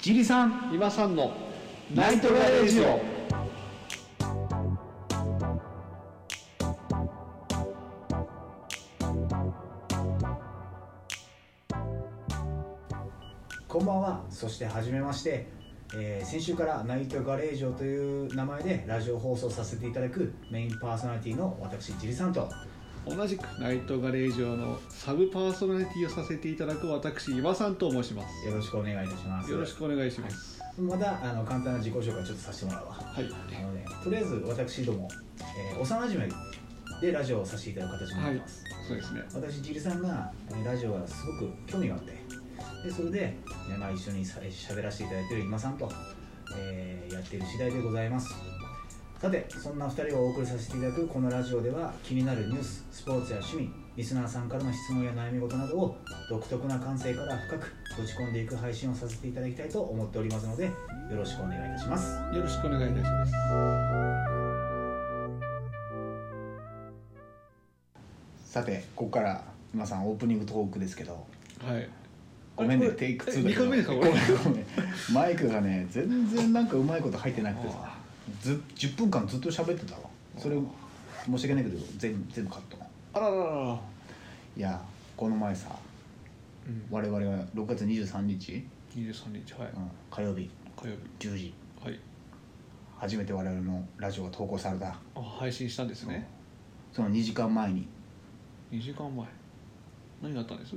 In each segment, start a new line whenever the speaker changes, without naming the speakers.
ジリさん
今さんの
ナイトガレージオ
こんばんはそしてはじめまして、えー先週からナイトガレージョという名前でラジオ放送させていただくメインパーソナリティの私ジリさんと
同じくナイトガレージオのサブパーソナリティをさせていただく私今さんと申します
よろしくお願いいたします
よろしくお願いします
またあの簡単な自己紹介ちょっとさせてもらうわ
はい
あのねとりあえず私ども、えー幼馴染でラジオをさせていただく形になります、
そうですね
私ジルさんがえーラジオがすごく興味があってでそれで、ねまあ、一緒にさ喋らせていただいている今さんと、えーやっている次第でございますさてそんな2人をお送りさせていただくこのラジオでは気になるニューススポーツや趣味リスナーさんからの質問や悩み事などを独特な感性から深くぶち込んでいく配信をさせていただきたいと思っておりますのでよろしくお願いいたします
よろしくお願いいたします
さてここから今さんオープニングトークですけど
はい
ごめん
あ
ね
れこれ
テイク2だけど
え二回目ですか
ご
こ
め
れ
んごめんマイクがね全然なんかうまいこと入ってなくてさず10分間ずっと喋ってたわそれ申し訳ないけど全全部カット
あらららら
いやこの前さ
うん
我々は6月23日、
23日はい
うん、火曜日
火曜
10時
日はい
初めて我々のラジオが投稿された
あ配信したんですね
その2時間前に
2時間前何があったんです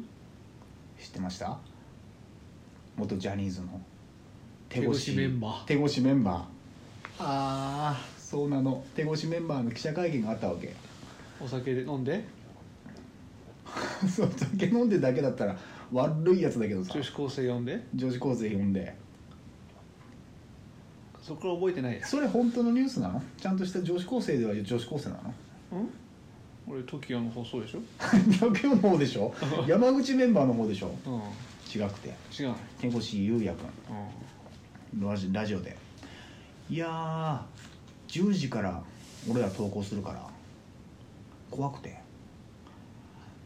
知ってました元ジャニーズの
手越メンバー
手越メンバーああそうなの手越メンバーの記者会見があったわけ
お酒で飲んで
そう酒飲んでるだけだったら悪いやつだけどさ
女子高生呼んで
女子高生呼んで
そこは覚えてないや
それ本当のニュースなのちゃんとした女子高生では女子高生なの
うん俺 TOKIO の放送でしょ
東京の方でし ょ山口メンバーの方でしょ
うん
違くて
違うね
手越優也君
うん
ラジラジオでいやー10時から俺ら投稿するから怖くて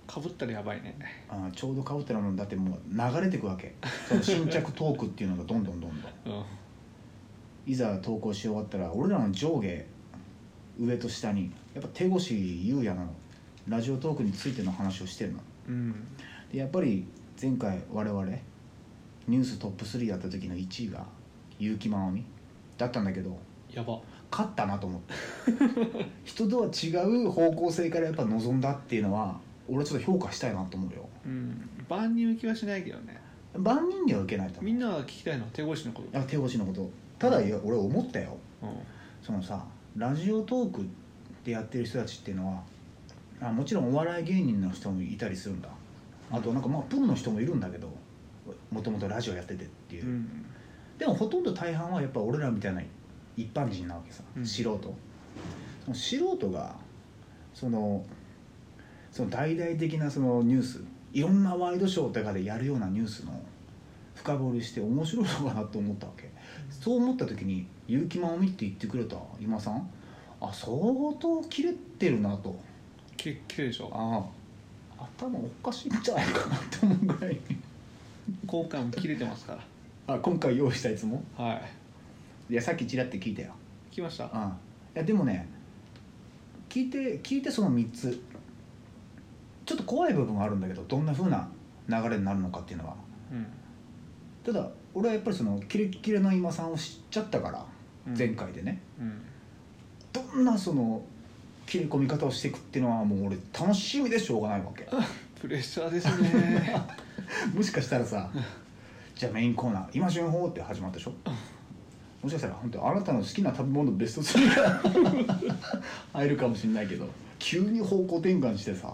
かぶったらやばいね
あーちょうどカウテラもだってもう流れてくわけその新着トークっていうのがどんどんどんどん
うん
いざ投稿し終わったら俺らの上下上と下にやっぱ手越優也のラジオトークについての話をしてるの
うん
でやっぱり前回我々ニューストップ3やった時の1位が結城まおみだったんだけど
やば
勝ったなと思って 人とは違う方向性からやっぱ望んだっていうのは俺ちょっと評価したいなと思うよ
うん万人受けはしないけどね
万人には受けないと思
み
うん
なが聞きたいのは手越しのこと
あ手越しのことただいや俺思ったよ
うん
そのさラジオトークでやってる人たちっていうのはあもちろんお笑い芸人の人もいたりするんだあとなんかまあプロの人もいるんだけどもともとラジオやっててっていう、
うん
でもほとんど大半はやっぱ俺らみたいな一般人なわけさ、
うん
素人その素人がそのその大々的なそのニュースいろんなワイドショーとかでやるようなニュースの深掘りして面白いのかなと思ったわけ、そう思った時に結城まおみって言ってくれた今さんあ相当キレてるなと
ききれいでしょ
ああ頭おかしいんじゃないかなって思うぐらい
今回も切れてますか
あ今回用意したやつも
らはい
いやさっきちらって聞いたよ
聞きました
うん、いやでもね聞いて聞いてその3つちょっと怖い部分はあるんだけどどんな風な流れになるのかっていうのは
うん
ただ俺はやっぱりそのキレッキレの今さんを知っちゃったから、
うん
前回でね
うん
どんなその切れ込み方をしていくっていうのはもう俺楽しみでしょうがないわけ
プレッシャーですね
もしかしたらさじゃあメインコーナー「今旬法」って始まったでしょもしかしたら本当あなたの好きな食べ物ベスト3が 入るかもしれないけど急に方向転換してさ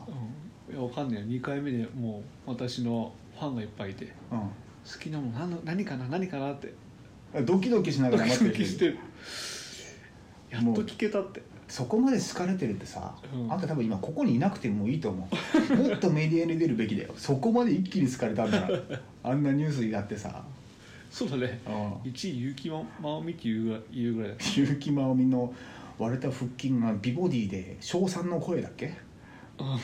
うん いやわかんないよ2回目でもう私のファンがいっぱいいて
う
好きなもの何の何かな何かなって
ん、ドキドキしなが
ド
ら
キ
待っ
ド
て
キ
る
してるやっと聞けたって
そこまで好かれてるってさ、
うん
あんた多分今ここにいなくてもいいと思うもっとメディアに出るべきだよそこまで一気に好かれたん だからあんなニュースになってさ
そうだね
うん
1位結城まおみっていうぐらい言うぐらいだ
結城まおみの割れた腹筋が美ボディで称賛の声だっけ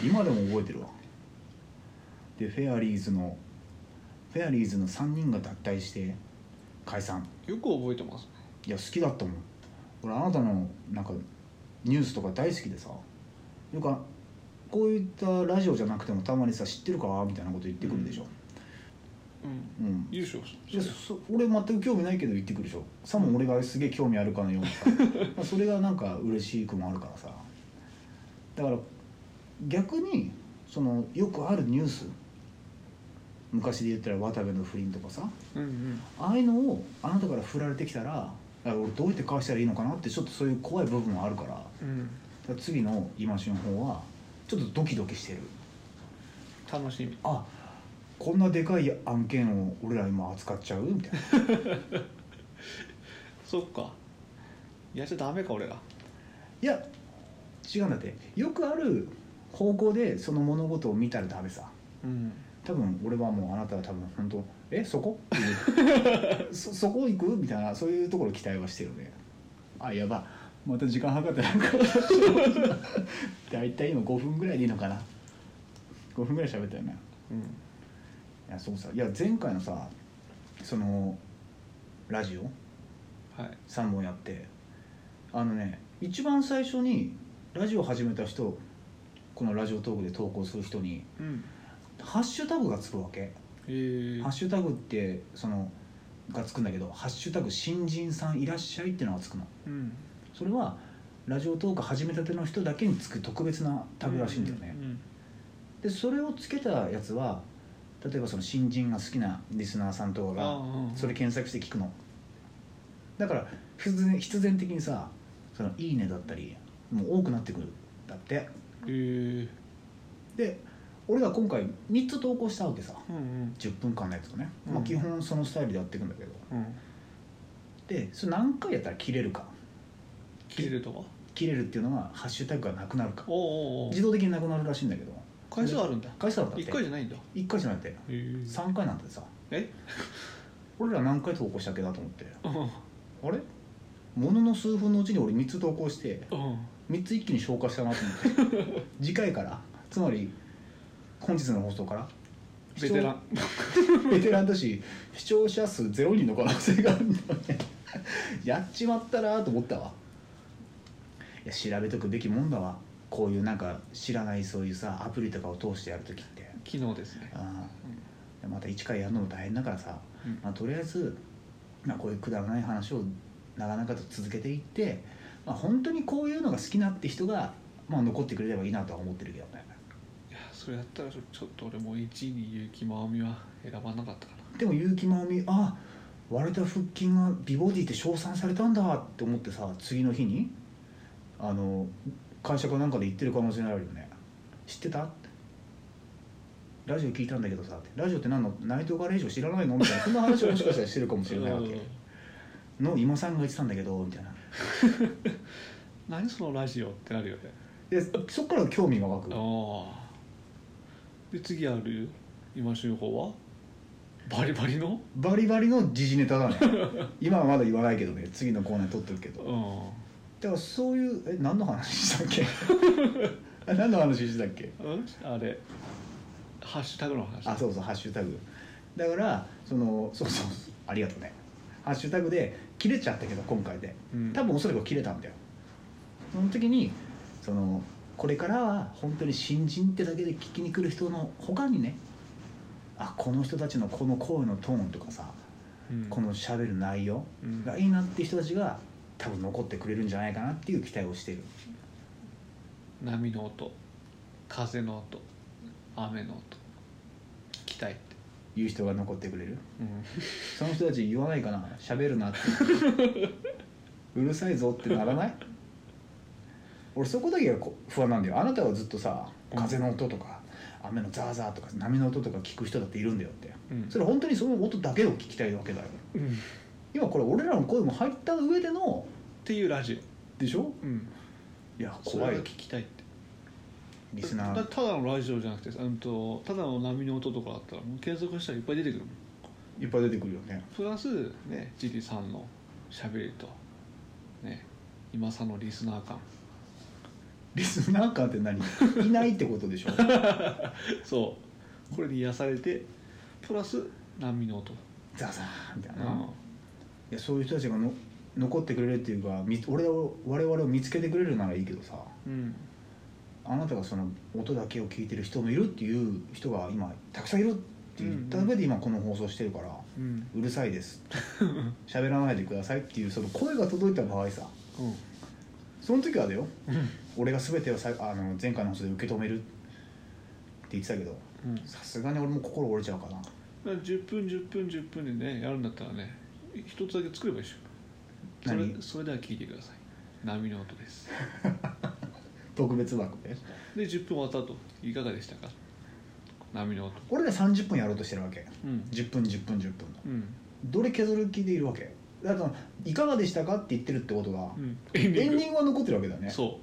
今でも覚えてるわでフェアリーズのフェアリーズの3人が脱退して解散
よく覚えてますね
いや好きだったもん俺あなたのなんかニュースとか大好きでさよくあこういったラジオじゃなくてもたまにさ知ってるかみたいなこと言ってくるでしょ、
うん
うん
優勝し
いや
ま
そ
し
そ俺全く興味ないけど言ってくるでしょさも俺がすげえ興味あるかのようにさまあそれがなんか嬉しくもあるからさだから逆にそのよくあるニュース昔で言ったら渡部の不倫とかさ
たうんうん
ああいうのをあなたから振られてきたらあ俺どうやって返したらいいのかなってちょっとそういう怖い部分はあるからだか
うん
ら次の「今旬報」はちょっとドキドキしてる
楽しみ
あこんなでかい案件を俺ら今扱っちゃうみたいな
そっかやっちゃダメか俺ら
いや違うんだってよくある方向でその物事を見たらダメさ
うん
多分俺はもうあなたは多分本当えそこっていうそそこ行くみたいなそういうところ期待はしてるねあやばまた時間計ってなんか大体今5分ぐらいでいいのかな5分ぐらい喋ったよね
うん
いやそうさいや前回のさそのラジオ
はい
3本やってあのね一番最初にラジオ始めた人このラジオトークで投稿する人に
うん
ハッシュタグがつくわけ、
えー
ハッシュタグってそのがつくんだけど「ハッシュタグ新人さんいらっしゃい」っていうのがつくの
うん
それはラジオトーク始めたての人だけにつく特別なタグらしいんだよね、
うん
でそれをつけたやつは例えばその新人が好きなリスナーさんとか
ああ
がそれ検索して聞くのだから必然必然的にさその「いいね」だったりもう多くなってくるんだって
えー
で俺が今回3つ投稿したわけさ
うんうん
10分間のやつとね、ま
う
あ、
ん
基本そのスタイルでやっていくんだけど
うん
でそれ何回やったら切れるか
切れるとか
切れるっていうのはハッシュタグがなくなるか
おうおうおう
自動的になくなるらしいんだけど
回数あるんだ
回数あるんだって
一回じゃないんだ
1回じゃなくて
えー
3回なんてさ
え
俺ら何回投稿したっけなと思って
うん
あれものの数分のうちに俺3つ投稿して
うん
3つ一気に消化したなと思って次回からつまり本日の放送から
ベテラン
ン ベテランだし視聴者数ゼロ人の可能性があるんだねやっちまったなと思ったわいや調べとくべきもんだわこういうなんか知らないそういうさアプリとかを通してやるときって
昨日ですね
あーまた一回やるのも大変だからさ、
うん
まあ、とりあえず、まあ、こういうくだらない話を長々と続けていって、まあ、本当にこういうのが好きなって人が、まあ、残ってくれればいいなとは思ってるけどね
いやそれやったらちょちょっと俺も1位に結城まおみは選ばなかったかな
でも結城まおみあ割れた腹筋が美ボディって称賛されたんだって思ってさ次の日にあの会社かなんかで言ってる可能性あるよね知ってたってラジオ聞いたんだけどさってラジオって何の内藤が令嬢知らないのみたいなそんな話をもしかしたらしてるかもしれないわ
うん
けの今さんが言ってたんだけどみたいな
何そのラジオってなるよね
でそっから興味が湧く
ああで次ある今週報はバリバリの
バリバリの時事ネタ だね今はまだ言わないけどね次のコーナー撮ってるけど
う
だからそういうえ何の話したっ けあ何の話したっけ
ん、うん、あれハッシュタグの話
あそうそうハッシュタグだからそのそうそうありがとうねハッシュタグで切れちゃったけど今回で
うん
多分おそらく切れたんだよその時にそのこれからは本当に新人ってだけで聞きに来る人の他にねあこの人たちのこの声のトーンとかさ
うん
この喋る内容
うん
がいいなって人たちが多分残ってくれるんじゃないかなっていう期待をしてる
波の音風の音雨の音期待って、
いう人が残ってくれる
うん、
その人たち言わないかな喋るな ってうるさいぞってならない俺そこだけがこ不安なんだよあなたはずっとさ風の音とか雨のザーザーとか波の音とか聞く人だっているんだよって
うん
それ本当にその音だけを聞きたいわけだよ
うんっ
今これ俺らの声も入った上での
ていうラジ
でしょ
オ、うん、
いや
それ
怖い
が
よ
聞きたいって
リスナ
だ
ー
ただのラジオじゃなくてさうんとただの波の音とかだったらもう検索したらいっぱい出てくるもん
いっぱい出てくるよね
プラスねジリさんのしゃべりとね今さのリスナ ー感
リスナー感って何いないってことで しょ
そうこれに癒されてプラス波の音
ザーザーみたいな、
うん
いやそういう人たちがの残ってくれるっていうかみ俺を我々を見つけてくれるならいいけどさ
うん
あなたがその音だけを聞いてる人もいるっていう人が今たくさんいるって言った上で今この放送してるから、
うん
うるさいです喋らないでくださいっていうその声が届いた場合さ
うん
その時はだよ俺が全てをさあの前回の放送で受け止めるって言ってたけど
うんだか
さすがに俺も心折れちゃうかな
ら10分10分10分でねやるんだったらね一つだけ作ればいいでしょそれ
何
それでは聞いてください波の音です
特別枠で
で10分終わった後いかがでしたか波の音
俺ら30分やろうとしてるわけ
うん
10分10分10分
うん
どれ削る気でいるわけだからいかがでしたかって言ってるってことが、
うんエンデ
エ
ィン
ン
グ
ディングは残ってるわけだよね
そ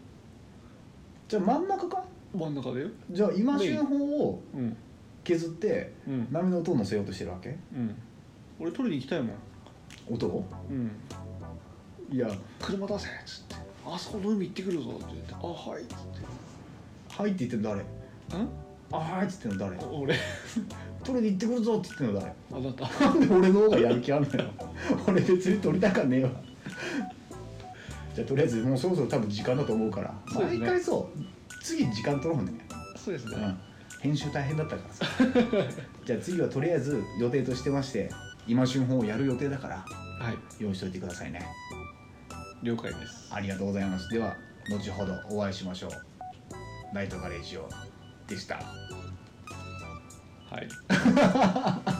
じゃあ真ん中か
う真ん中だよ
じゃあ今旬法を
うん
削って
うん
波の音を乗せようとしてるわけ
うん俺取りに行きたいもん
音を
うん
いや
車出せっつってあそこの海行ってくるぞって言ってあはいっつっ
「はい」って言ってんの誰
てん
「あはい」って言ってんの誰
俺
「取りに行ってくるぞ」って言ってんの誰
あなた
なんで俺の方がやる気あんのよ 俺別に撮りたかねえわじゃあとりあえずもうそろそろ多分時間だと思うから
そうですね
毎回そう次時間取ろうね、
そうです
う
ね、
ん、編集大変だったからさじゃあ次はとりあえず予定としてまして今旬本をやる予定だから
はい
用意しといてくださいね
了解です
ありがとうございますでは後ほどお会いしましょうナイトガレージオでした
はい